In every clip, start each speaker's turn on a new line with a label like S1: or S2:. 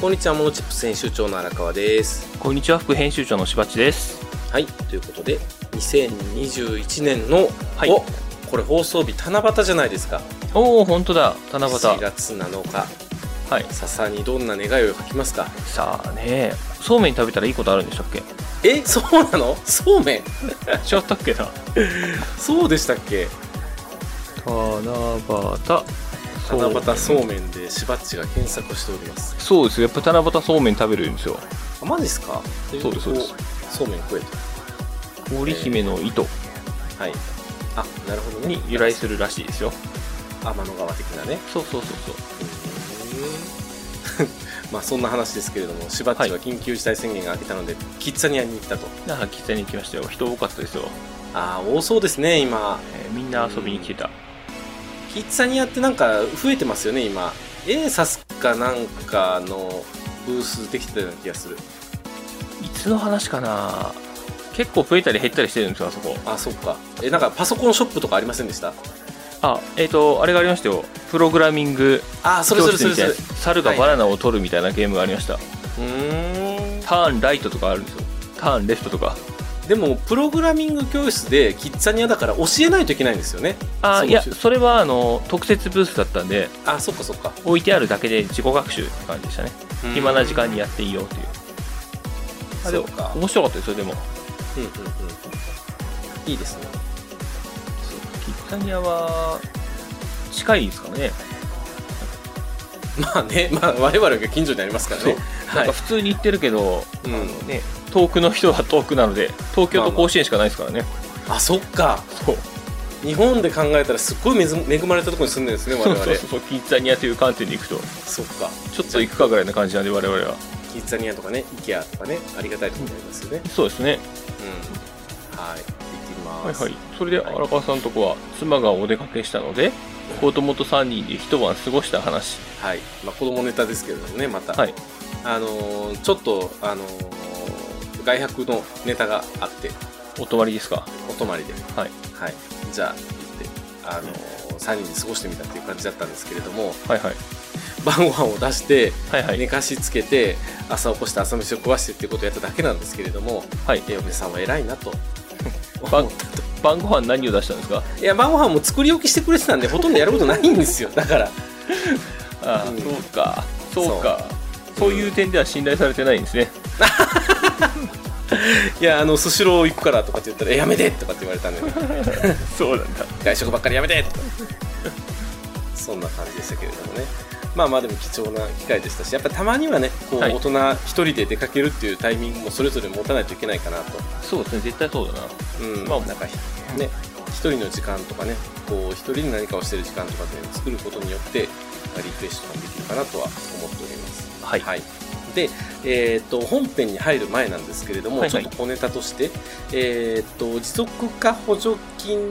S1: こんにちはモノチップス編集長の荒川です
S2: こんにちは副編集長のしばっちです
S1: はいということで2021年の、
S2: はい
S1: おこれ放送日七夕じゃないですか
S2: おお本当だ七夕
S1: 7月7日
S2: はい
S1: 笹にどんな願いを書きますか
S2: さあねそうめん食べたらいいことあるんでしたっけ
S1: えそうなのそうめん
S2: 違ったっけな
S1: そうでしたっけ
S2: 七夕
S1: 七夕そうめんでしばっちが検索しております
S2: そうですよやっぱ七夕そうめん食べるんですよ
S1: あマジっすか
S2: そうですそうです
S1: そうめん食えと
S2: 織姫の糸
S1: はいあなるほどね
S2: に由来するらしいですよ
S1: 天の川的なね
S2: そうそうそうそう
S1: まあそんな話ですけれども、しばっちは緊急事態宣言が明けたので、キッザニアに行ったと。
S2: なんか喫茶に行きましたよ人多かったですよ、
S1: ああ、多そうですね、今。
S2: えーみんな遊びに来てた
S1: キッザニアってなんか増えてますよね、今。エーサスかなんかのブースできてたような気がする。
S2: いつの話かな結構増えたり減ったりしてるんですよあそこ
S1: あ、そっか。え、なんかパソコンショップとかありませんでした
S2: あえっ、とあれがありましたよプログラミング
S1: あー、それそ
S2: 教
S1: れそれ
S2: 室み
S1: そ
S2: たい
S1: れ。
S2: な
S1: う
S2: 猿がバナナを取るみたいなゲームがありました、
S1: ーん。
S2: ターンライトとかあるんですよターンレフトとか
S1: でも、プログラミング教室でキッザニアだから教えないといけないんですよね。
S2: あ
S1: そう
S2: いや
S1: そう
S2: それはあの特設ブースだったんで
S1: あ、そっかそっか。
S2: 置いてあるだけで自己学習って感じでしたね
S1: うん
S2: 暇な時間にやっていいよというあで
S1: そう
S2: も
S1: か。
S2: 面白かったですよでも
S1: うんうんうん。いいですね。
S2: キッザニアは近いですからね
S1: まあね、まあ我々が近所にありますからね。
S2: な
S1: は
S2: ん
S1: い
S2: か。普通に行ってるけど、
S1: うん
S2: あのね、遠くの人は遠くなので東京と甲子園しかないですからね、
S1: あ、そっか。
S2: そう
S1: 日本で考えたらすっごい恵恵まれたところに住んでるんですね、我
S2: そう
S1: 々。
S2: そうそうキッザニアという観点で行くと
S1: そっか。
S2: ちょっと行くかぐらいな感じなんで我々は
S1: キッザニアとかね、イケアとかね、ありがたいところにありますよね。
S2: そうですね
S1: うん。はい。行ってき
S2: はい
S1: ます。
S2: はい、それで荒川さんとこは妻がお出かけしたので子供と3人で一晩過ごした話
S1: はい。まあ子供ネタですけれどもね、また。
S2: はい
S1: あのーちょっと、あのー外泊のネタがあって、
S2: お泊まりですか
S1: お泊まりで。
S2: はい
S1: はい。じゃあ、行って、あのー、3人で過ごしてみたっていう感じだったんですけれども、
S2: はいはい
S1: 晩ご飯を出して、
S2: はいはい、
S1: 寝かしつけて朝起こして朝飯を食わしてっていうことをやっただけなんですけれども、
S2: はい
S1: え嫁さんは偉いな と思った
S2: 晩
S1: と
S2: 晩ご飯何を出したんですか
S1: いや晩ご飯も作り置きしてくれてたんでほとんどやることないんですよだから
S2: ああ、
S1: うん
S2: そうかそうかそういう点では信頼されてないんですね
S1: いやあのスシロー行くからとかって言ったらえやめてとかって言われたんで
S2: そうなんだ
S1: 外食ばっかりやめてとか そんな感じでしたけれどもねまあまあでも貴重な機会でしたしやっぱたまにはねこう
S2: はい
S1: 大人一人で出かけるっていうタイミングもそれぞれ持たないといけないかなと
S2: そうですね絶対そうだな
S1: うん、
S2: まあ
S1: なんかね一人の時間とかねこう一人で何かをしてる時間とかで作ることによってまあリフレッシュとかもできるかなとは思っております
S2: はい
S1: で、えー、と本編に入る前なんですけれども、
S2: はいはい
S1: ちょっと小ネタとして、えー、と持続化補助金っ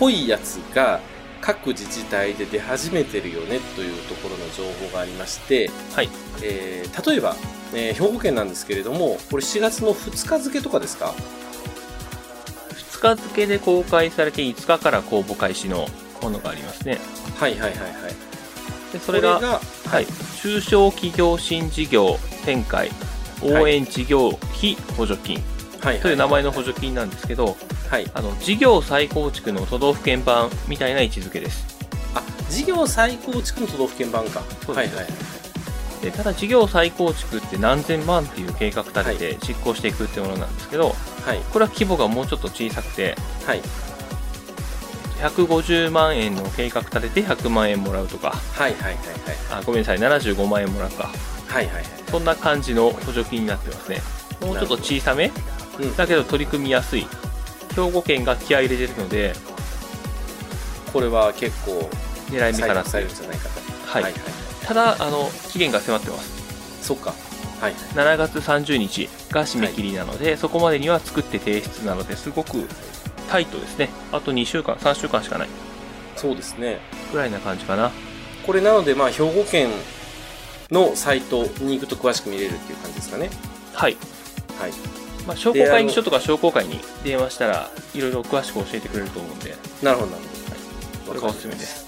S1: ぽいやつが各自治体で出始めてるよねというところの情報がありまして、
S2: はい
S1: えー例えば、えー兵庫県なんですけれどもこれ4月の2日付とかですか
S2: 2日付で公開されて5日から公募開始のものがありますね
S1: はいはいはいはい
S2: でそれが
S1: これ
S2: はい、中小企業新事業展開応援事業費補助金
S1: はいはい、
S2: という名前の補助金なんですけど、
S1: はい、
S2: あの事業再構築の都道府県版みたいな位置づけです
S1: あ事業再構築の都道府県版か
S2: そう
S1: はい
S2: です
S1: はい
S2: でただ事業再構築って何千万っていう計画立てて実行していくってものなんですけど、
S1: はい
S2: これは規模がもうちょっと小さくて
S1: はい
S2: 150万円の計画立てて100万円もらうとか
S1: はいはいはい
S2: あごめんなさい75万円もらうか
S1: はいはいはいはい
S2: そんな感じの補助金になってますねもうちょっと小さめ
S1: うん
S2: だけど取り組みやすい兵庫県が気合い入れてるので
S1: これは結構
S2: 狙い目かな
S1: 採
S2: と
S1: されるんじゃないかと
S2: はい
S1: はい
S2: ただあの期限が迫ってます
S1: そっかはい
S2: 7月30日が締め切りなので、そこまでには作って提出なのですごくタイトですねあと2週間3週間しかない
S1: そうですね
S2: ぐらいな感じかな
S1: これなのでまあ兵庫県のサイトに行くと詳しく見れるっていう感じですかね
S2: はい、
S1: はい
S2: まあ、商工会議所とか商工会に電話したらいろいろ詳しく教えてくれると思うんで
S1: なるほどなる
S2: こ
S1: ほど
S2: れがおすすめです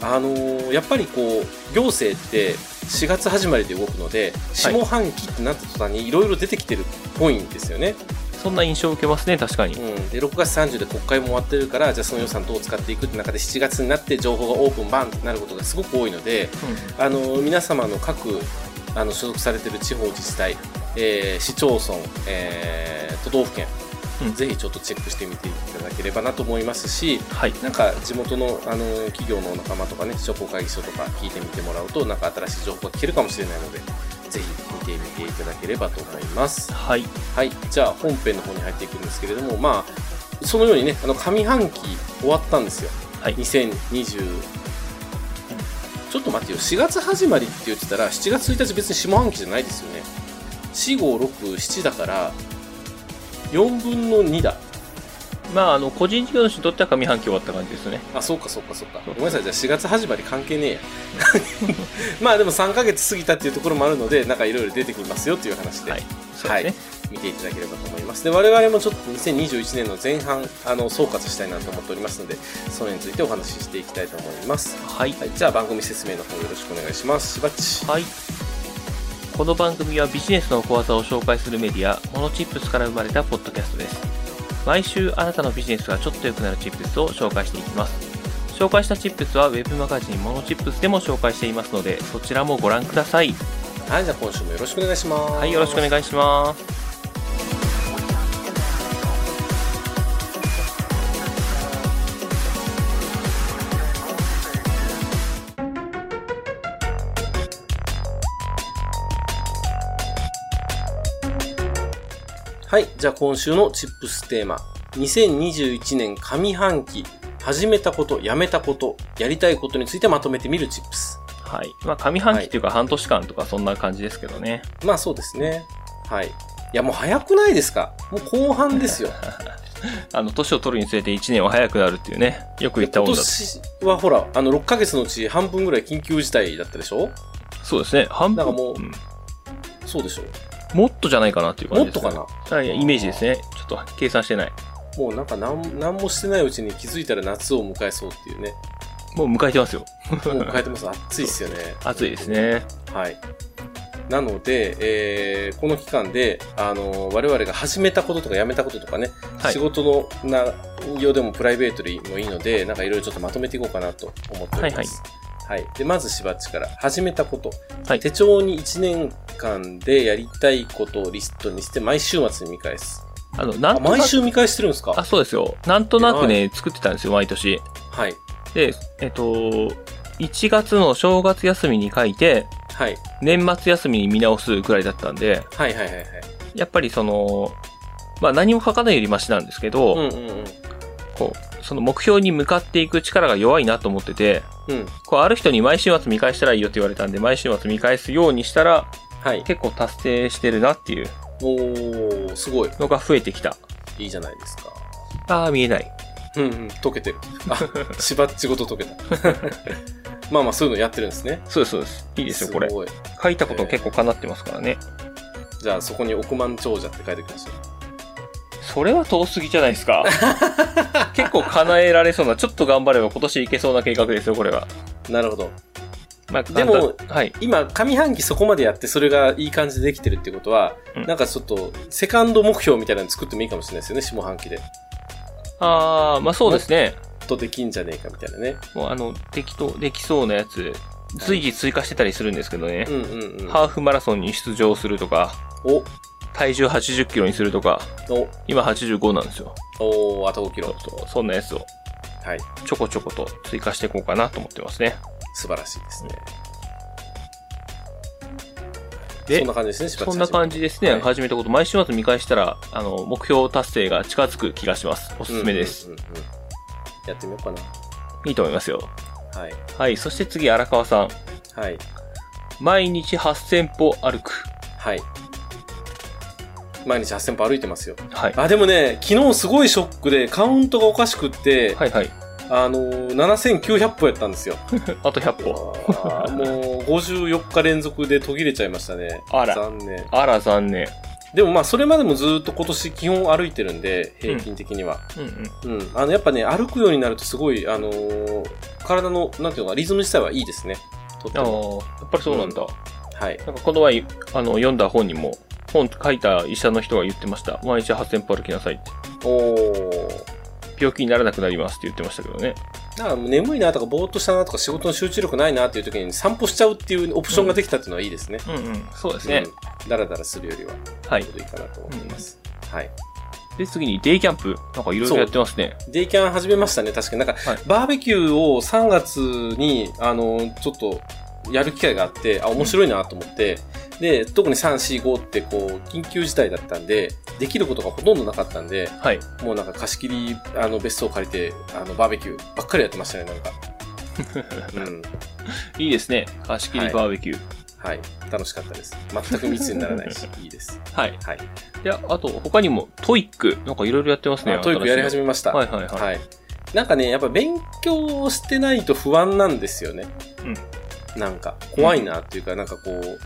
S1: あのーやっぱりこう行政って4月始まりで動くので下半期ってなった途端にいろいろ出てきてるっぽいんですよね、
S2: そんな印象を受けますね、確かに。
S1: うん、で6月30で国会も終わってるからじゃあその予算どう使っていくって中で7月になって情報がオープンバンってなることがすごく多いのであの皆様の各あの所属されてる地方自治体、えー市町村、えー都道府県、
S2: うん
S1: ぜひちょっとチェックしてみていただければなと思いますし
S2: はい。
S1: なんか地元のあの企業の仲間とかね商工会議所とか聞いてみてもらうとなんか新しい情報が聞けるかもしれないのでぜひ見てみていただければと思います。
S2: はい。
S1: はい、じゃあ本編の方に入っていくんですけれども、まあ、そのようにね、あの上半期終わったんですよ、
S2: はい
S1: 2020、ちょっと待ってよ、4月始まりって言ってたら、7月1日、別に下半期じゃないですよね、4、5、6、7だから、4分の2だ、
S2: まあ、あの、個人事業主にとっては上半期終わった感じですね。
S1: あ、そうか、そうか、そうか、ご
S2: そう
S1: めんなさい、じゃあ4月始まり関係ねえや、 まあでも3ヶ月過ぎたっていうところもあるので、なんかいろいろ出てきますよっていう話で。
S2: はい。そうですね。
S1: 見ていただければと思います。で、我々もちょっと2021年の前半、あの、総括したいなと思っておりますので、それについてお話ししていきたいと思います。
S2: はい。
S1: はい、じゃあ番組説明の方よろしくお願いします。しばっち。
S2: はい。この番組はビジネスの小技を紹介するメディア、モノチップスから生まれたポッドキャストです。毎週あなたのビジネスがちょっと良くなるチップスを紹介していきます。紹介したチップスはウェブマガジンモノチップスでも紹介していますので、そちらもご覧ください。
S1: はい、じゃあ今週もよろしくお願いします。
S2: はい、よろしくお願いします。
S1: はい、じゃあ今週のチップステーマ。2021年上半期、始めたこと、やめたこと、やりたいことについてまとめてみるチップス。
S2: はい。まあ、上半期っていうか半年間とかそんな感じですけどね。
S1: まあそうですね。はい。いや、もう早くないですかもう後半ですよ。
S2: あの、年を取るにつれて1年は早くなるっていうね、よく言った
S1: 今
S2: もんだと。
S1: 年はほら、あの、6ヶ月のうち半分ぐらい緊急事態だったでしょ
S2: そうですね。半分
S1: なんかもうんそうでしょ
S2: もっとじゃないかなっていう感
S1: も
S2: じ
S1: っ
S2: です、
S1: とかな
S2: はいイメージですね。ちょっと計算してない。
S1: もうなんかなん、なんもしてないうちに気づいたら夏を迎えそうっていうね。
S2: もう迎えてますよ。
S1: もう迎えてます。暑いっすよね。
S2: 暑いです。ね。
S1: はい。なので、えーこの期間で、あのー我々が始めたこととかやめたこととかね、
S2: はい
S1: 仕事のな用でもプライベートでもいいので、なんかいろいろちょっとまとめていこうかなと思っております。はい、で、まずしばっちから、始めたこと。
S2: はい
S1: 手帳に1年間でやりたいことをリストにして、毎週末に見返す。
S2: あの、な
S1: あ
S2: んとなく
S1: 毎週見返してるんですか
S2: あ、そうですよ。なんとなくね、作ってたんですよ、毎年。
S1: はい。
S2: で、えっと、1月の正月休みに書いて、
S1: はい。
S2: 年末休みに見直すくらいだったんで、
S1: はいはいはいはい。
S2: やっぱりその、まあ何も書かないよりマシなんですけど、
S1: うんうんうん。
S2: こう、その目標に向かっていく力が弱いなと思ってて、
S1: うん。
S2: こう、ある人に毎週末見返したらいいよって言われたんで、毎週末見返すようにしたら、
S1: はい。
S2: 結構達成してるなっていう
S1: おー、すごい。
S2: のが増えてきた。
S1: いいじゃないですか。
S2: ああ、見えない。
S1: うんうん、溶けてる。 あ、しばっちごと溶けた。 まあまあ、そういうのやってるんですね。
S2: そうです、そうです。いい
S1: い
S2: ですよ、これ。
S1: ごい。
S2: 書いたこと結構かなってますからね。
S1: じゃあ、そこに億万長者って書いておきましょう。
S2: それは遠すぎじゃないですか。 結構叶えられそうな、ちょっと頑張れば今年いけそうな計画ですよ、これは。
S1: なるほど。
S2: まあ、
S1: でも
S2: あんたはい。
S1: 今、上半期そこまでやって、それがいい感じでできてるってことは、
S2: うん
S1: なんかちょっと、セカンド目標みたいなの作ってもいいかもしれないですよね、下半期で。
S2: ああ、まあそうですね。
S1: とできんじゃねえかみたいなね。
S2: もうあの、適当、できそうなやつ、随時追加してたりするんですけどね
S1: う。んうんうん。
S2: ハーフマラソンに出場するとか、
S1: お、
S2: 体重80キロにするとか、
S1: お、
S2: 今85なんですよ。
S1: おあと5キ
S2: そう
S1: ロ。
S2: そう、そんなやつを
S1: はい。
S2: ちょこちょこと追加していこうかなと思ってますね。
S1: 素晴らしいですね。
S2: で
S1: そんな感じですね、しばっち
S2: そんな感じですね。
S1: はい
S2: 始めたこと、毎週末見返したら、あの、目標達成が近づく気がします。お
S1: お
S2: すすめです。。
S1: うんうんうんうんやってみようか
S2: いいと思いますよ。
S1: な。はい。
S2: はい。そして次、荒川さん。
S1: はい。
S2: 毎日8000歩歩く。
S1: はい。毎日8000歩歩いてますよ。
S2: はい。
S1: あ、でもね、昨日すごいショックで、カウントがおかしくって、
S2: はいはい。
S1: あのー、7900歩やったんですよ。
S2: あと100歩。
S1: あーもう、54日連続で途切れちゃいましたね。
S2: あら
S1: 残念。
S2: あら、残念。
S1: でもまあ、それまでもずーっと今年基本歩いてるんで、平均的には。
S2: うんうん。
S1: うん、あのやっぱね歩くようになるとすごい、あのー体のなんていうのかリズム自体はいいですねとって
S2: ああ、
S1: も
S2: やっぱりそうなんだ。
S1: はい
S2: なんかこの前、あの、読んだ本にも、本書いた医者の人が言ってました。毎日8000歩歩きなさいって。
S1: おお
S2: 病気にならなくなりますって言ってましたけどね。
S1: だから眠いなとかぼーっとしたなとか仕事の集中力ないなっていう時に散歩しちゃうっていうオプションができたっていうのはいいですね、
S2: うんうん。そうです
S1: うん
S2: ね。
S1: だらだらするよりは
S2: は
S1: ち
S2: い
S1: ょう。どいいかなと思っています、はい
S2: で、次にデイキャンプ。なんかいろいろやってますね。
S1: デイキャン始めましたね、確かに。なんか、
S2: はい
S1: バーベキューを3月に、あの、ちょっと、やる機会があって、あ、面白いなと思って、で、特に3、4、5って、こう、緊急事態だったんで、できることがほとんどなかったんで、
S2: はい。
S1: もうなんか貸し切り、あの、別荘を借りて、あの、バーベキューばっかりやってましたね、なんか。うん。
S2: いいですね。貸し切りバーベキュー。
S1: はい。楽しかったです。全く密にならないし、いいです。
S2: はい。
S1: はい。
S2: で、あと、他にも、トイック。なんかいろいろやってますね
S1: あ。トイックやり始
S2: め
S1: めました。
S2: はいはいはい。
S1: はい。なんかね、やっぱ勉強してないと不安なんですよね。なんか、怖いなっていうか、なんかこう、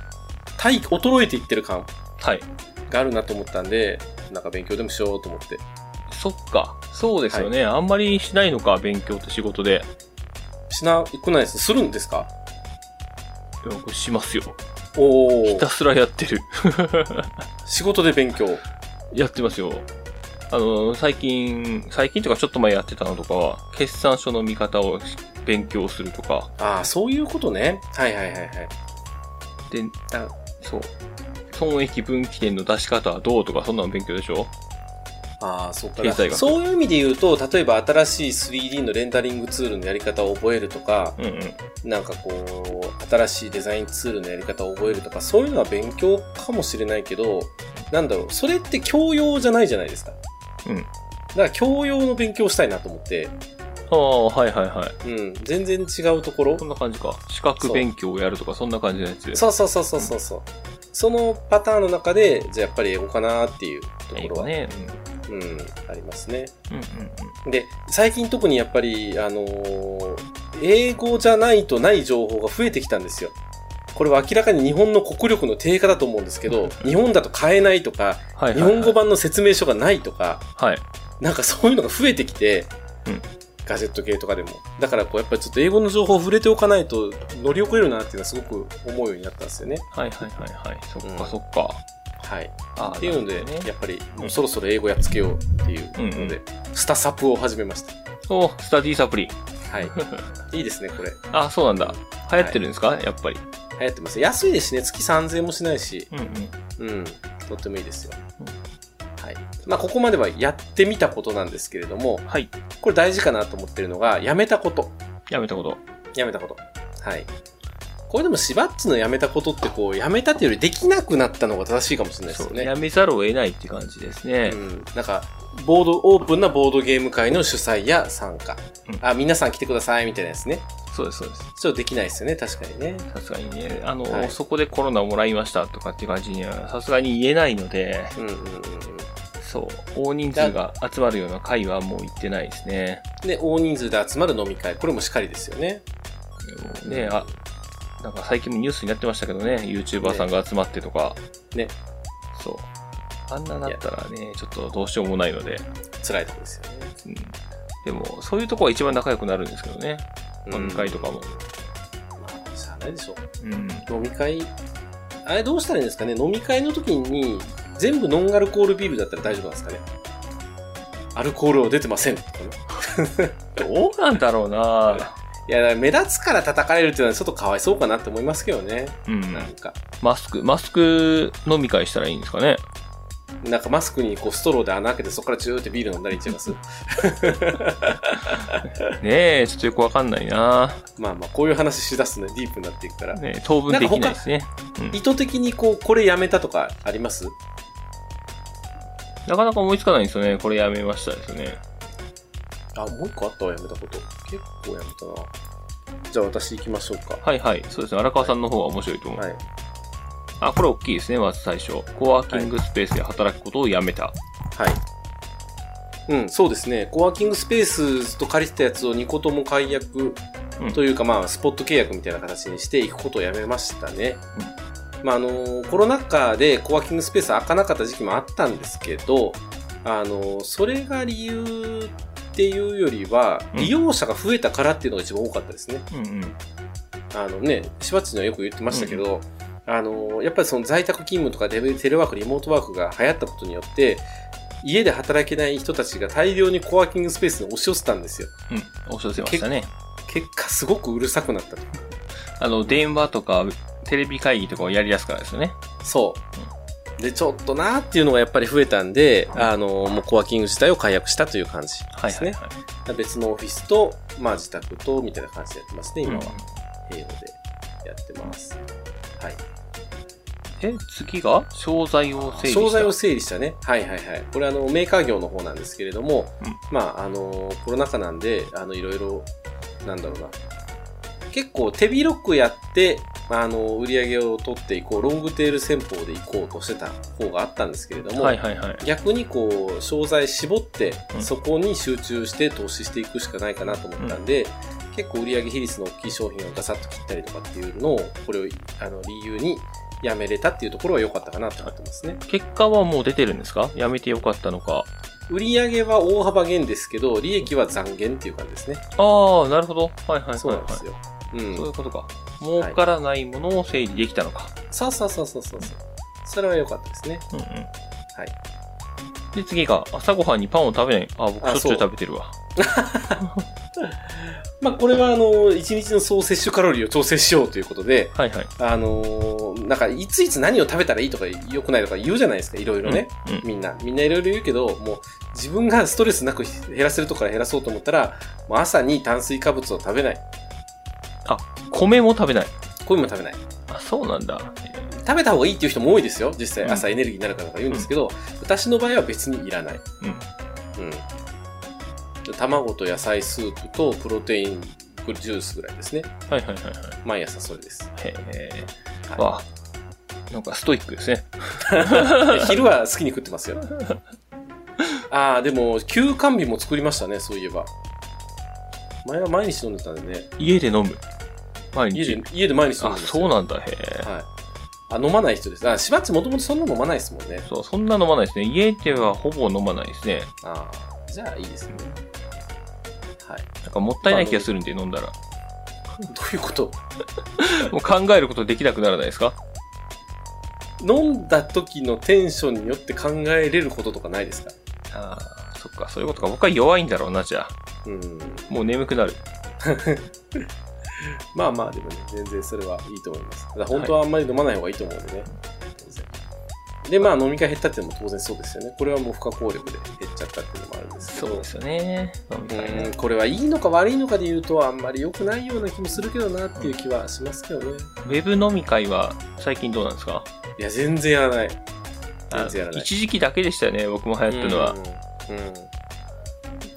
S1: 体、衰えていってる感
S2: はい。
S1: があるなと思ったんで、なんか勉強でもしようと思って。
S2: そっか。そうですよね。あんまりしないのか、勉強って仕事で。
S1: しな、くないです。するんですか
S2: よくしますよ。
S1: お
S2: ひ
S1: ー
S2: た。すらやってる。
S1: 仕事で勉強。
S2: やってますよ。あの、最近、最近とかちょっと前やってたのとかは、決算書の見方を勉強するとか、
S1: ああ、そういうことね。はいはいはいはい。
S2: で、あそう。損益分岐点の出し方はどうとか、そんなの勉強でしょ
S1: ああ、そうか
S2: 経済学
S1: そういう意味で言うと、例えば新しい 3D のレンダリングツールのやり方を覚えるとか、
S2: うんうん。
S1: なんかこう、新しいデザインツールのやり方を覚えるとか、そういうのは勉強かもしれないけど、なんだろう、それって教養じゃないじゃないですか。
S2: うん
S1: だから教養の勉強したいなと思って、
S2: ああ、はいはいはい。
S1: うん、全然違うところ
S2: こん。な感じか。資格勉強をやるとか、そんな感じのやつ。
S1: そうそうそうそうそうそう。そのパターンの中で、じゃあやっぱり英語かなっていうと
S2: 英
S1: ころ
S2: 語
S1: は、
S2: ね。
S1: うん、ありますね。
S2: うん。うんうん
S1: で、最近特にやっぱり、あのー英語じゃないとない情報が増えてきたんですよ。これは明らかに日本の国力の低下だと思うんですけど、日本だと買えないとか、
S2: はいはいはい。
S1: 日本語版の説明書がないとか、
S2: はい。
S1: なんかそういうのが増えてきて、
S2: うん
S1: ガジェット系とかでも。だからこう、やっぱりちょっと英語の情報を触れておかないと乗り遅れるなっていうのはすごく思うようになったんですよね。
S2: はいはいはいはい。そっ
S1: う
S2: か
S1: ん
S2: そっか。
S1: はい。
S2: ああ
S1: っていうので、
S2: なるほど
S1: や
S2: ね、
S1: っぱりもうそろそろ英語やっつけようっていうので、
S2: うんうん
S1: スタサプを始めました。
S2: おスタディサプリ。
S1: はい。いいですね、これ。
S2: あ、そうなんだ。流行ってるんですか、やっぱり。
S1: 流行ってます。安いですしね、月3000円もしないし、
S2: うんうん。
S1: うん、とってもいいですよ
S2: うん。
S1: はい。まあ、ここまではやってみたことなんですけれども、
S2: はい。
S1: これ大事かなと思ってるのが、やめたこと。
S2: やめたこと。
S1: やめたこと。はい。これでも、しばっちのやめたことって、こう、やめたっていうよりできなくなったのが正しいかもしれないです
S2: そ
S1: よ
S2: う
S1: ね。
S2: やめざるを得ないって感じですね。
S1: うん、なんか、ボード、オープンなボードゲーム会の主催や参加。
S2: うん
S1: あ、皆さん来てください、みたいなやつね。
S2: そうです、そうです。
S1: ちょっとできないですよね、確かにね。
S2: さすがにね、あの、
S1: はい
S2: そこでコロナもらいましたとかっていう感じには、さすがに言えないので、
S1: うんうんうんうん。
S2: そう、大人数が集まるような会はもう行ってないですね。
S1: で、大人数で集まる飲み会。これもしかりですよね。
S2: ねあ、なんか最近もニュースになってましたけどね、YouTuber さんが集まってとか。
S1: ね。
S2: そう。あんななったらね、ちょっとどうしようもないので、
S1: 辛いとこですよね。
S2: うん。でも、そういうとこは一番仲良くなるんですけどね。飲み会とかも。
S1: うん。まあ、しゃあないでしょ
S2: うん。
S1: う。飲み会、あれどうしたらいいんですかね飲み会の時に、全部ノンアルコールビールだったら大丈夫なんですかねアルコールは出てませんとかね。
S2: どうなんだろうな
S1: いや、だから目立つから叩かれるっていうのはちょっとかわいそうかなって思いますけどね。
S2: うん
S1: なんか、
S2: マスク、マスク飲み会したらいいんですか ね。
S1: なんかマスクにこうストローで穴開けてそこからチューってビール飲んだりいっちゃいます。
S2: ねえ、ちょっとよくわかんないな
S1: まあまあ、こういう話しだすとね、ディープになっていくから。
S2: ねえ当分できないですね。
S1: 意図的にこう、これやめたとかあります
S2: なかなか思いつかないんですよね。これやめましたですよね。
S1: あ、もう一個あったわ、やめたこと。結構やめたな。じゃあ私行きましょうか。
S2: はいはい。そうですね。荒川さんの方が面白いと思う。
S1: はい。
S2: あ、これ大きいですね。まず最初。コワーキングスペースで働くことをやめた。
S1: はい。うん、そうですね。コワーキングスペースと借りてたやつを2個とも解約
S2: うん
S1: というか、まあ、スポット契約みたいな形にしていくことをやめましたね。まあ、あの、コロナ禍でコワーキングスペース開かなかった時期もあったんですけど、あの、それが理由っていうよりは、
S2: うん
S1: 利用者が増えたからっていうのが一番多かったですね。
S2: うんうん。
S1: あのね、しばっちのよく言ってましたけど、あの、やっぱりその在宅勤務とかデブテレワーク、リモートワークが流行ったことによって、家で働けない人たちが大量にコワーキングスペースに押し寄せたんですよ。
S2: うん。お知らせましたね。
S1: 結果すごくうるさくなったと。
S2: あの、電話とか、テレビ会議とかをやりやすからですよね。
S1: そう。で、ちょっとなーっていうのがやっぱり増えたんで、あの、もうコワーキング自体を解約したという感じ
S2: は
S1: で
S2: い
S1: す
S2: はい
S1: ね。
S2: はい。
S1: 別のオフィスと、まあ自宅と、みたいな感じでやってますね、今は。
S2: うん
S1: 英語でやってます。はい。
S2: え、次が商材を整理した。
S1: 商材を整理したね。はいはいはい。これあの、メーカー業の方なんですけれども、
S2: うん
S1: まあ、あの、コロナ禍なんで、あの、いろいろ、なんだろうな。結構手広くやって、あの、売り上げを取っていこう、ロングテール戦法でいこうとしてた方があったんですけれども、
S2: はいはいはい。
S1: 逆にこう、商材絞って
S2: う、ん
S1: そこに集中して投資していくしかないかなと思ったんで、結構売上比率の大きい商品をガサッと切ったりとかっていうのを、これを、あの、理由にやめれたっていうところは良かったかなと思ってますね。
S2: 結果はもう出てるんですかやめてよかったのか。
S1: 売上は大幅減ですけど、利益は残減っていう感じですね。
S2: ああ、なるほど。はいはいはい、はい。
S1: そうなんですよ。う。
S2: そうんいうことか。儲からないものを整理できたのか。
S1: そうそうそうそうそう。それは良かったですね。。
S2: うんうん。はいで、次が、朝ごはんにパンを食べない。あ、僕し
S1: あ
S2: ょっちゅう
S1: そう
S2: 食べてるわ。
S1: まあ、これは、あの、一日の総摂取カロリーを調整しようということで、
S2: はいはい。
S1: あのーなんか、いついつ何を食べたらいいとか、良くないとか言うじゃないですか、いろいろね。
S2: うん。うん。
S1: みんな。みんないろいろ言うけど、もう、自分がストレスなく減らせるとこから減らそうと思ったら、もう朝に炭水化物を食べない。
S2: 米も食べない。
S1: 米も食べない。
S2: あ、そうなんだ。
S1: 食べた方がいいっていう人も多いですよ。実際、
S2: うん
S1: 朝エネルギーになるからとか言うんですけど、私の場合は別にいらない。うん。卵と野菜スープとプロテインジュースぐらいですね。
S2: はいはいはいはい。
S1: 毎朝それです。
S2: へえ。
S1: はい
S2: わあ。なんかストイックですね。
S1: いや昼は好きに食ってますよ。ああ、でも、休肝日も作りましたね、そういえば。前は毎日飲んでたんでね。
S2: 家で飲む。毎日。
S1: 家で、家で毎日飲ん
S2: あ、
S1: でます
S2: そうなんだ。へえ。
S1: はい。あ、飲まない人です。あ、しばっちもともとそんな飲まないですもんね。
S2: そう、そんな飲まないですね。家ではほぼ飲まないですね。
S1: ああ、じゃあいいですね。はい。
S2: なんかもったいない気がするんで、飲んだ ら。
S1: どういうこと
S2: もう考えることできなくならないですか
S1: 飲んだ時のテンションによって考えれることとかないですか
S2: ああ、そっか、そういうことか。僕は弱いんだろうな、じゃあ。
S1: うん。
S2: もう眠くなる。
S1: まあまあ、でもね、全然それはいいと思います。ただ本当はあんまり飲まない方がいいと思うんでね。当然。で、まあ飲み会減ったっていうのも当然そうですよね。これはもう不可抗力で減っちゃったっていうのもあるんですけ
S2: そう
S1: ど
S2: で。すよね。飲み会ね
S1: うんこれはいいのか悪いのかで言うとあんまり良くないような気もするけどなっていう気はしますけどね。
S2: ウェブ飲み会は最近どうなんですか
S1: いや、全然やらない。全然やら
S2: あ
S1: ない。
S2: 一時期だけでしたよね、僕も流行ったのは。
S1: うんうん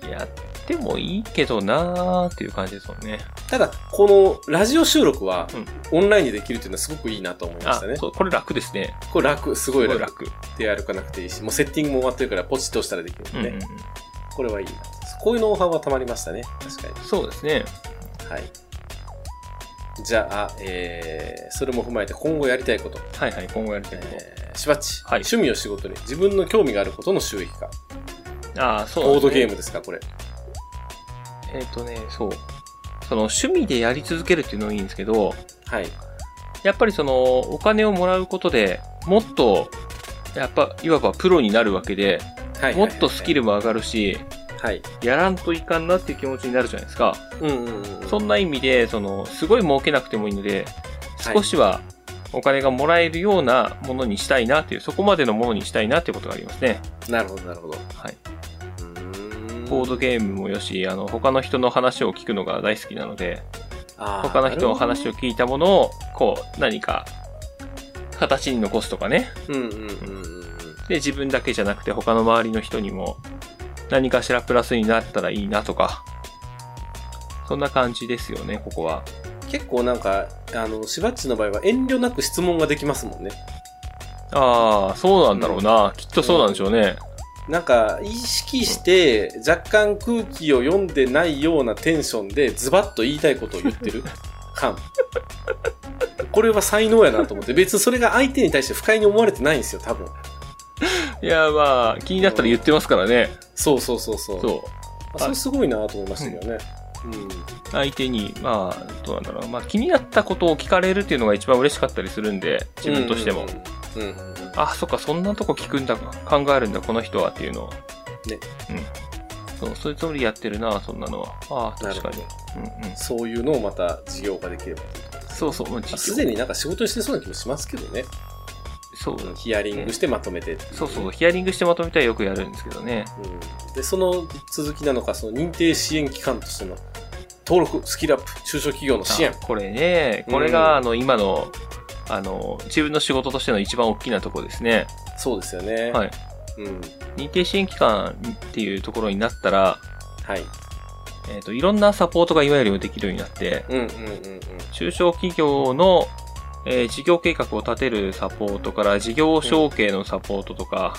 S2: やってもいいけどなーっていう感じですもんね。
S1: ただ、このラジオ収録は、オンラインでできるっていうのはすごくいいなと思いま
S2: あ
S1: したね、。
S2: そう、これ楽ですね。
S1: これ楽、すごい
S2: すごい
S1: 楽
S2: 楽。
S1: で歩かなくていいし、もうセッティングも終わってるからポチッと押したらできるん
S2: う
S1: で
S2: ん
S1: ね。
S2: うんうん
S1: これはいいな。こういうノウハウはたまりましたね。確か
S2: そうですね。
S1: に。はい。じゃあ、えー、それも踏まえて今後やりたいこと。
S2: はいはい、今後やりたいこ
S1: えー、しばっち、
S2: はい
S1: 趣味を仕事に、自分の興味があることの収益化。
S2: と。ああ、そうなん
S1: ボ
S2: で
S1: ー
S2: すね
S1: ドゲームですか、これ。
S2: えっ、とね、そう。その趣味でやり続けるっていうのもいいんですけど、
S1: はい。
S2: やっぱりそのお金をもらうことでもっと、やっぱいわばプロになるわけで、
S1: はい。
S2: もっとスキルも上がるし、
S1: はい。
S2: やらんといかんなっていう気持ちになるじゃないですか。
S1: うんうんうんうん。
S2: そんな意味で、その、すごい儲けなくてもいいので、
S1: はい
S2: 少しはお金がもらえるようなものにしたいなっていう、そこまでのものにしたいなっていうことがありますね。
S1: なるほど、なるほど。
S2: はい。
S1: うーん
S2: ボードゲームもよし、あの、他の人の話を聞くのが大好きなので、
S1: あー
S2: 他の人の話を聞いたものを、こう、何か、形に残すとかね。
S1: うんうんうんうんうん。
S2: で、自分だけじゃなくて、他の周りの人にも、何かしらプラスになったらいいなとか、そんな感じですよね、ここは。
S1: 結構なんか、あの、しばっちの場合は遠慮なく質問ができますもんね。
S2: ああ、そうなんだろうな。きっとそうなんでしょうね。
S1: なんか、意識して、若干空気を読んでないようなテンションで、ズバッと言いたいことを言ってる 感。これは才能やなと思って、別にそれが相手に対して不快に思われてないんですよ、多分。
S2: いや、まあ、気になったら言ってますからね。
S1: そうそうそうそう。
S2: そ
S1: あそれすごいなと思いましたけどね。
S2: う。相手に、まあ、どうなんだろう、まあ、気になったことを聞かれるっていうのが一番嬉しかったりするんで、自分としても。
S1: うんうんうんうん
S2: あ、そっか、そんなとこ聞くんだ、考えるんだ、この人はっていうのを。
S1: ね。
S2: うん。そう、そういうつもりでやってるな、そんなのは。ああ、
S1: なる
S2: 確
S1: ほ
S2: か
S1: ど
S2: に。うんうん。
S1: そういうのをまた事業化できればというところですね
S2: そうそう、もう実
S1: あすでになんか仕事にしてそうな気もしますけどね。
S2: そう、
S1: ヒアリングしてまとめてってい
S2: そうそう、ヒアリングしてまとめたらよくやるんですけどね。
S1: うんで、その続きなのか、その認定支援機関としての登録、スキルアップ、中小企業の支援
S2: あ。これね、これ
S1: うん
S2: が、あの、今の、あの、自分の仕事としての一番大きなところですね。
S1: そうですよね。
S2: はい。
S1: うん。
S2: 認定支援機関っていうところになったら、
S1: はい。
S2: えっ、と、いろんなサポートがいわゆるできるようになって、
S1: うんうんうん
S2: 中小企業の、えー事業計画を立てるサポートから、事業承継のサポートとか、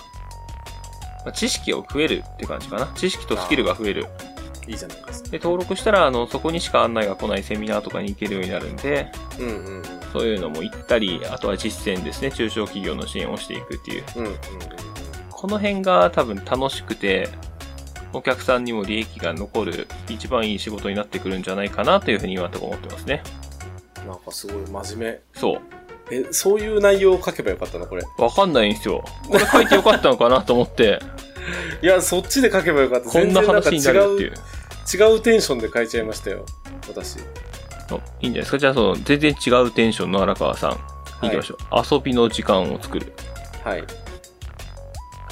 S2: まあ知識を増えるって感じかな。知識とスキルが増える。
S1: うん。いいじゃないですか。
S2: で、登録したら、あの、そこにしか案内が来ないセミナーとかに行けるようになるんで、
S1: うんうんうん。
S2: そういうのも行ったり、あとは実践ですね、中小企業の支援をしていくっていう。
S1: うんうんうん。
S2: この辺が多分楽しくて、お客さんにも利益が残る一番いい仕事になってくるんじゃないかなというふうに今のところ思ってますね。
S1: なんかすごい真面
S2: そ
S1: 目。え、そういう内容を書けばよかったな、これ。
S2: う。わかんないんですよ。これ書いてよかったのかなと思 って、
S1: いや、そっちで書けばよかった。
S2: こんな話になるってい
S1: 全然なん
S2: う。
S1: か違う、違うテンションで書いちゃいましたよ。私。
S2: おいいんじゃないですか。じゃあ、その、全然違うテンションの荒川さん、行きましょう。遊びの時間を作る。
S1: はい。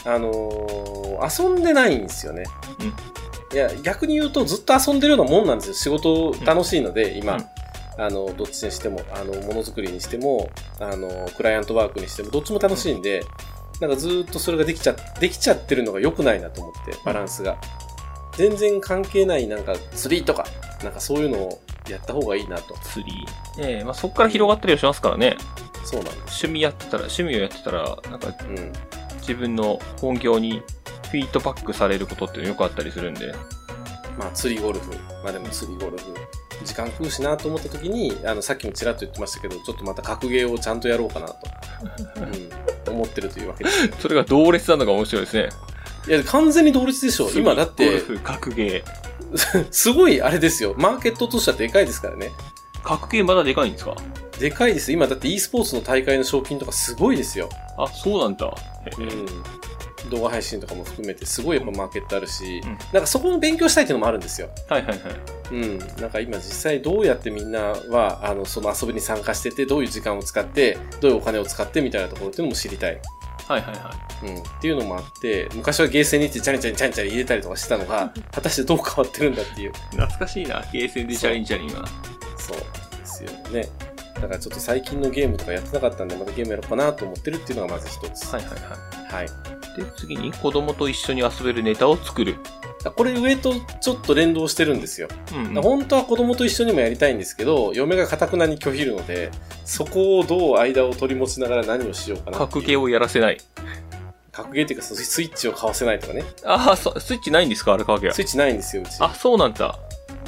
S1: あのー遊んでないんですよね。いや、逆に言うとずっと遊んでるようなもんなんですよ。仕事楽しいので、今。
S2: うん
S1: あの、どっちにしても、あの、ものづくりにしても、あの、クライアントワークにしても、どっちも楽しいんで、なんかずーっとそれができちゃ、できちゃってるのが良くないなと思って、バランスが。全然関係ない、なんか、釣りとか、なんかそういうのをやった方がいいなと。
S2: 釣り。ええまあ、そこから広がったりはしますからね。
S1: そうなんです。
S2: 趣味やってたら、趣味をやってたら、なんか
S1: うん。
S2: 自分の本業にフィードバックされることってよくあったりするんで。
S1: まあ、釣りゴルフ。まあでも釣りゴルフ。時間食うしなと思った時に、あの、さっきもちらっと言ってましたけど、ちょっとまた格ゲーをちゃんとやろうかな と、うん、思ってるというわけです。
S2: それが同列なのが面白いですね。
S1: いや、完全に同率でしょ。今だっ
S2: ゴル
S1: て、
S2: フ、格ゲー。
S1: すごいあれですよ。マーケットとしてはでかいですからね。
S2: 格ゲーまだでかいんですか
S1: でかいです。今だって e スポーツの大会の賞金とかすごいですよ。
S2: あ、そうなんだ。
S1: うん。動画配信とかも含めて、すごいやっぱマーケットあるし、
S2: うん
S1: なんかそこの勉強したいっていうのもあるんですよ。
S2: はいはいはい。
S1: うん、なんか今実際どうやってみんなはあのその遊びに参加しててどういう時間を使ってどういうお金を使ってみたいなところっていうのも知りたい、
S2: はいはいは
S1: うん、っていうのもあって昔はゲーセンに行ってチャリンチャリンチャリンチャリン入れたりとかしてたのが果たしてどう変わってるんだっていう
S2: い。懐かしいな、ゲーセンでチャリンチャリンは。
S1: そうですよねだからちょっと最近のゲームとかやってなかったんでまたゲームやろうかなと思ってるっていうのがまず一つ
S2: はいはいは
S1: はい、だか
S2: い。で、次に子供と一緒に遊べるネタを作る。
S1: らこれ上とちょっと連動してるんですよ
S2: うんうん、
S1: 本当は子供と一緒にもやりたいんですけど嫁がかたくなに拒否るのでそこをどう間を取り持ちながら何をしようかなって
S2: 格
S1: いう
S2: ゲーをやらせない。
S1: 格ゲーっていうかそのスイッチを買わせないとかね
S2: ああ、そうスイッチないんですか荒川家。
S1: スイッチないんですようち
S2: あ、そうなんだ。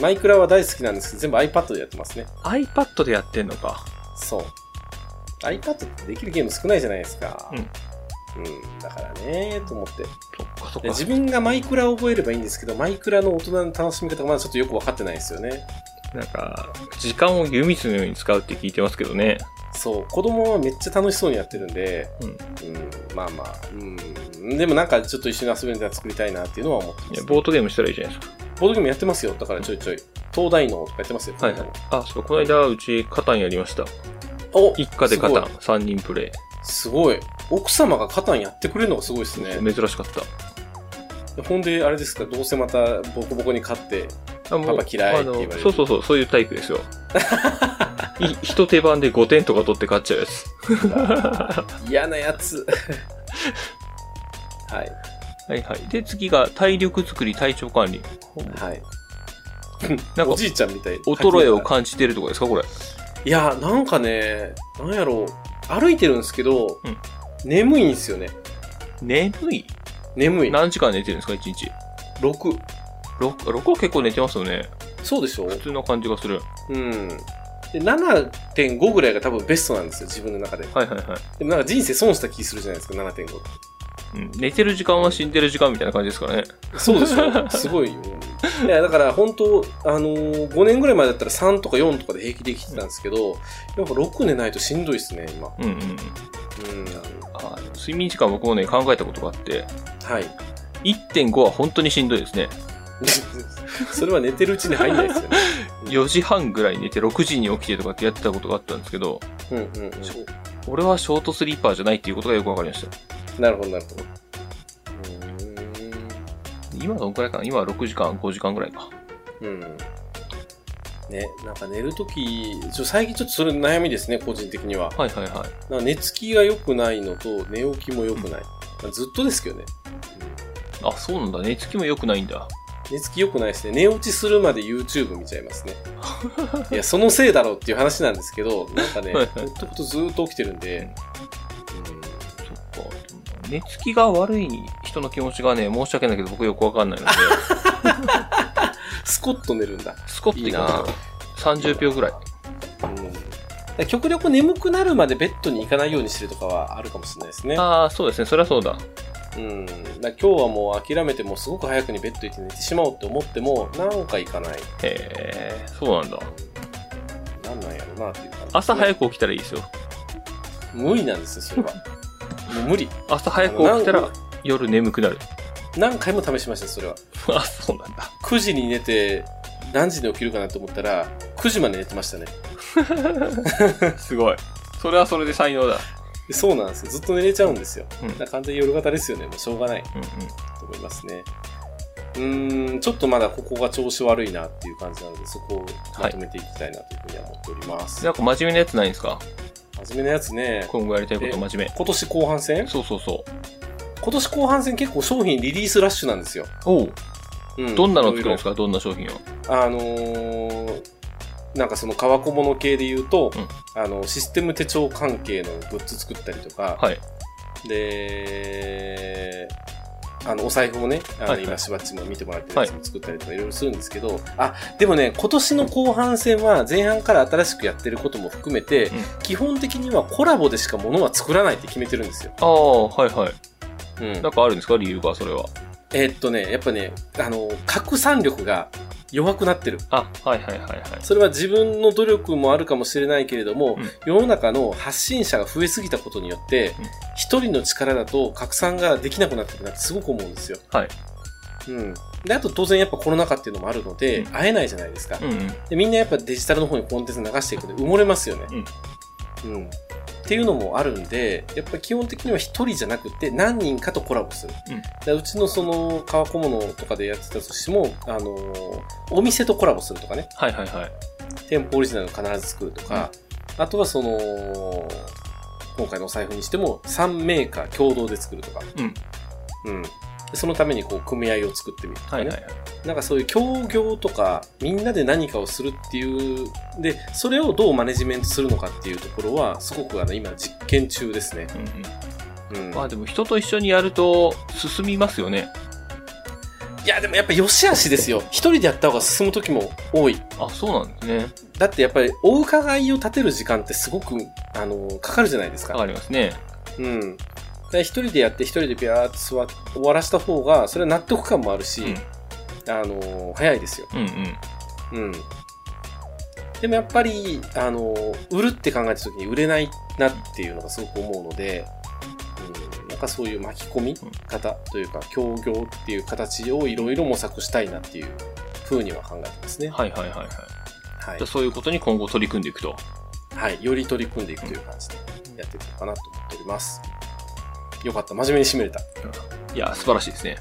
S1: マイクラは大好きなんですけど全部 iPad でやってますね
S2: iPad でやってんのか。
S1: そう iPad ってできるゲーム少ないじゃないですか
S2: うん
S1: うん、だからねと思って
S2: そっかそっ
S1: で
S2: か。
S1: 自分がマイクラを覚えればいいんですけどマイクラの大人の楽しみ方がまだちょっとよく分かってないんですよね
S2: なんか、時間を湯水のように使うって聞いてますけどね。
S1: そう子供はめっちゃ楽しそうにやってるんで、
S2: うん
S1: まあまあ、うん、でもなんかちょっと一緒に遊べるネタ作りたいなっていうのは思ってま
S2: いや
S1: す
S2: ボートゲームしたらいいじゃないですか。
S1: ボードゲームやってますよだからちょいちょい東大のとかやってますよ、
S2: はいはい。あ、そう、この間、うち、カタンやりました。
S1: お
S2: 一家でカ
S1: すごい
S2: タン、3人プレ
S1: すごい。奥様がカタンやってくれるのがすごいですね
S2: イ。。珍しかった。
S1: ほんで、あれですか、どうせまたボコボコに勝って。
S2: あもう
S1: パパ嫌いって言われる
S2: あのそうそうそう、そういうタイプ ですよ。い一手番で5点とか取って勝っちゃうやつ。
S1: 嫌なや つ。はい。
S2: はいはい。で、次が、体力作り、体調管理。
S1: はい。
S2: なんか
S1: お、じいちゃんみたい。
S2: 衰えを感じてるとかですか、これ。
S1: いや、なんかね、なんやろう。歩いてるんですけど、
S2: うん
S1: 眠いんですよね。
S2: 眠い
S1: 眠い。
S2: 何時間寝てるんですか、1日。
S1: 6。
S2: 6、6は結構寝てますよね。
S1: そうでしょ
S2: 普通な感じがする。
S1: うん。で、7.5ぐらいが多分ベストなんですよ、自分の中で。
S2: はいはいはい。
S1: でもなんか人生損した気するじゃないですか、7.5って。
S2: うん寝てる時間は死んでる時間みたいな感じですからね。
S1: そうです よ。すごいよ。いや、だから本当、あのー、5年ぐらい前だったら3とか4とかで平気できてたんですけど、やっぱ6寝ないとしんどいですね、今。
S2: うんうんうん。
S1: うん。
S2: あ睡眠時間僕もね、考えたことがあって、
S1: はい。
S2: 1.5は本当にしんどいですね。
S1: それは寝てるうちに入んないですよね。
S2: 4時半ぐらい寝て6時に起きてとかってやってたことがあったんですけど、
S1: うんうんう
S2: そう俺はショートスリーパーじゃないっていうことがよくわかりました。
S1: ん。なるほど、なるほど。うーん。
S2: 今どんくらいかな今は6時間、5時間ぐらいか。
S1: うん。ね、なんか寝るとき、ちょ最近ちょっとそれ悩みですね、個人的には。
S2: はいはいはい。
S1: なんか寝つきが良くないのと、寝起きも良くない。まあずっとですけどね。
S2: あ、そうなんだ。寝つきも良くないんだ。
S1: 寝つき良くないですね。寝落ちするまで YouTube 見ちゃいます ね。いや、そのせいだろうっていう話なんですけど、なんかね、
S2: は
S1: ほ
S2: いは
S1: っ
S2: い
S1: とくとずっと起きてるんで、
S2: そっか。寝つきが悪い人の気持ちがね、申し訳ないけど僕よくわかんないので、
S1: スコッと寝るんだ。
S2: スコッていくのか
S1: いい
S2: な30秒ぐらい。
S1: うんだから極力眠くなるまでベッドに行かないようにしてるとかはあるかもしれないですね。
S2: ああ、そうですね。それはそうだ。
S1: うん、だから今日はもう諦めてもうすごく早くにベッド行って寝てしまおうって思ってもなんか行かない
S2: へえ、そうなんだ。
S1: なんなんやろうなっていう感じですね、
S2: 朝早く起きたらいいですよ。
S1: 無理なんですよそれはもう無理
S2: 朝早く起きた
S1: あの
S2: ら夜眠くなる。
S1: 何何回も試しましたそれは
S2: あ、そうなんだ。
S1: 9時に寝て何時に起きるかなと思ったら9時まで寝てましたね
S2: すごい。それはそれで才能だ。
S1: でそうなんですよずっと寝れちゃうんですよ
S2: うん。う
S1: だから完全に夜型ですよねもうしょうがない
S2: んうん。
S1: と思いますねうーんちょっとまだここが調子悪いなっていう感じなのでそこをまとめていきたいなというふうには思っております、
S2: なんか真面目なやつないんですか
S1: 真面目なやつね
S2: 今後やりたいこと真面
S1: 今年後半戦
S2: 目。そうそうそう。
S1: 今年後半戦結構商品リリースラッシュなんですよ。
S2: おう
S1: う
S2: どんなの作るんです
S1: か
S2: かどんな商品を。
S1: あのーなんかその革小物系で言うと、あの、システム手帳関係のグッズ作ったりとか、
S2: はい。
S1: で、あの、お財布もね、あの、
S2: はいはい
S1: 今、しばっちも見てもらってるやつも作ったりとかいろいろするんですけど、あ、でもね、今年の後半戦は前半から新しくやってることも含めて、
S2: うん
S1: 基本的にはコラボでしか物は作らないって決めてるんですよ。
S2: ああ、はいはい。
S1: うん
S2: なんかあるんですか理由が、それは。
S1: えーっとね、やっぱね、あの、拡散力が弱くなってる。
S2: あ、はいはいはいはい。
S1: それは自分の努力もあるかもしれないけれども、
S2: うん
S1: 世の中の発信者が増えすぎたことによって
S2: うん、
S1: 一、人の力だと拡散ができなくなってるなってすごく思うんですよ。
S2: はい。
S1: うん。で、あと当然やっぱコロナ禍っていうのもあるので、
S2: うん
S1: 会えないじゃないですか。
S2: うんうん。
S1: で、みんなやっぱデジタルの方にコンテンツ流していくので埋もれますよね。うん。っていうのもあるんで、やっぱ基本的には一人じゃなくて何人かとコラボする。
S2: うん
S1: だからうちのその革小物とかでやってたとしても、あのーお店とコラボするとかね、
S2: はいはいはい。
S1: 店舗オリジナルを必ず作るとか、あとはその、今回のお財布にしても3メーカー共同で作るとか、
S2: うん。
S1: うん。でそのためにこう組合を作ってみるとか
S2: は
S1: ね。
S2: いはいはい。
S1: なんかそういう協業とか、みんなで何かをするっていう、で、それをどうマネジメントするのかっていうところは、すごくあの、今実験中ですね。
S2: うんうん。
S1: うん。
S2: まあでも人と一緒にやると進みますよね。
S1: いや、でもやっぱ良し悪しですよ。一人でやった方が進む時も多い。
S2: あ、そうなんですね。
S1: だってやっぱり、お伺いを立てる時間ってすごく、あの、かかるじゃないです
S2: わか
S1: か。
S2: りますね。
S1: うん。で一人でやって一人でビャーって座っ終わらした方が、それは納得感もあるし、あの、早いですよ。
S2: うんうん。
S1: うん。でもやっぱり、あの、売るって考えた時に売れないなっていうのがすごく思うので、うん、なんかそういう巻き込み方というか、協業っていう形をいろいろ模索したいなっていう風には考えてますね。
S2: はいはいはいはい。じ
S1: は
S2: ゃあそういうことに今後取り組んでいくと。
S1: い。はい。より取り組んでいくという感じでやっていこうかなと思っております。よかった。真面目に締めれた。
S2: いや、素晴らしいですね。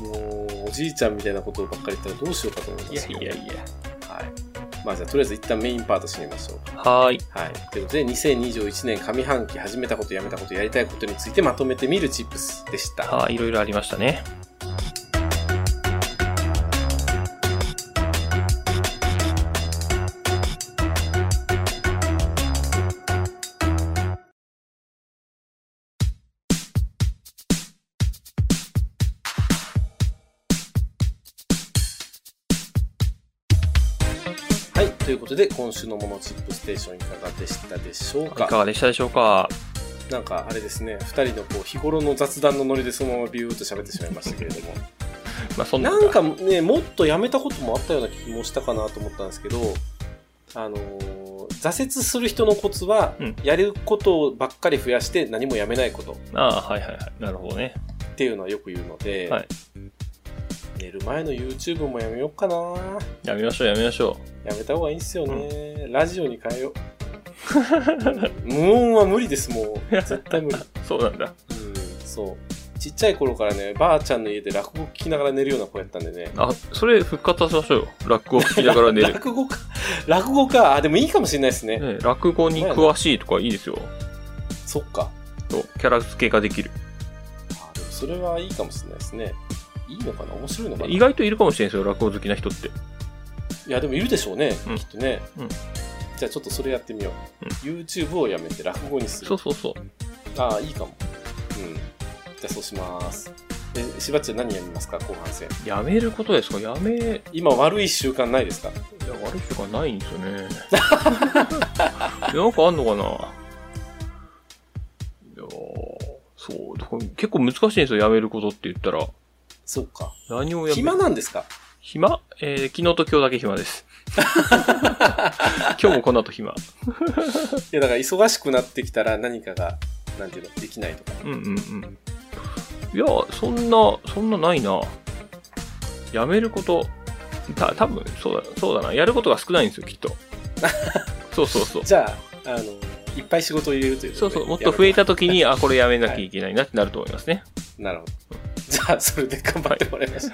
S1: もう、おじいちゃんみたいなことばっかり言ったらどうしようかと思います
S2: いやいやいや。
S1: や。はい。まあじゃあ、とりあえず一旦メインパート締めましょう。
S2: はーい。
S1: はい。ということで、2021年上半期始めたこと、やめたこと、やりたいことについてまとめてみるチップスでした。は
S2: はい、いろいろありましたね。
S1: い。ということで、今週のモノチップステーションいかがでしたでしょう
S2: いか
S1: か。
S2: がでしたでしょうか
S1: なんかあれですね、2人のこう日頃の雑談のノリでそのままビューっと喋ってしまいましたけれども、
S2: まあ、そんな
S1: なんかね、もっとやめたこともあったような気もしたかなと思ったんですけど、あのー挫折する人のコツは、
S2: うん
S1: やることばっかり増やして何もやめないこと
S2: ああ、はいはいはい。なるほどね。
S1: っていうのはよく言うので、
S2: はい
S1: 寝る前の YouTube もやめようかな。
S2: やめましょう、やめましょ
S1: やめた方がいいんすよね。ラジオに変えよう。 無音は無理です、も う。絶対無理。
S2: う。そうなんだ。
S1: うん、そう。ちっちゃい頃からね、ばあちゃんの家で落語聞きながら寝るような子やったんでね。
S2: あ、それ復活しましょうよ。落語聞きながら 寝る。
S1: 落語か。 落語か。あ、でもいいかもしれないですね。
S2: ね、落語に詳しいとかいいですよ。
S1: そっか。
S2: そうキャラ付けができる。
S1: あでもそれはいいかもしれないですね。いいのかな面白いのかな
S2: 意
S1: い
S2: 外といるかもしれないですよ、落語好きな人って。
S1: や、でもいるでしょうね。
S2: うん
S1: きっとね。
S2: うん
S1: じゃあちょっとそれやってみよう。YouTube をやめて落語にする
S2: そ。うそうそう。
S1: ああ、いいかも。うん。じゃあそうします。で、しばっちゃん何やりますか後半戦。
S2: やめることですかやめ、いや、
S1: 今悪い習慣ないですか
S2: 悪い人がないんですよね。 なんかあんのかないやーそう。だから結構難しいんですよ、やめることって言ったら。
S1: そうか。
S2: 何をやめ
S1: 暇なんですか
S2: 暇えー、昨日と今日だけ暇 です。今日もこの後
S1: い
S2: 暇。
S1: やだから忙しくなってきたら何かが、なんていうの、できないとか。
S2: うんうんうん。いや、そんな、そんなないな。やめること、た多分そうだ、そうだな。やることが少ないんですよ、きっ と。そうそうそう。
S1: じゃあ、あの、いっぱい仕事を入れるというこ
S2: そ
S1: と
S2: う
S1: で
S2: そう、もっと増え
S1: や
S2: たときに、あ、これやめなきゃいけないなってなると思いますね。
S1: るなるほど。じゃあ、それで頑張ってもらいまし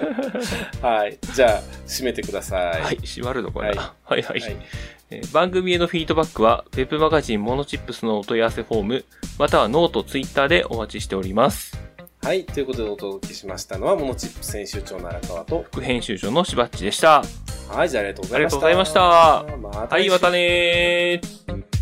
S1: た。 はい。じゃあ、締めてください。
S2: はい、縛るのこれ。
S1: は
S2: はい、はい、
S1: はい。
S2: えー番組へのフィードバックは、ウェブマガジンモノチップスのお問い合わせフォーム、またはノート、ツイッターでお待ちしております。
S1: はい。ということでお届けしましたのは、モノチップ編集長の荒川と、
S2: 副編集長のしばっちでした。
S1: はい。じゃあ、ありがとうございました。
S2: ありがとうございました
S1: また来週
S2: はい、またねー。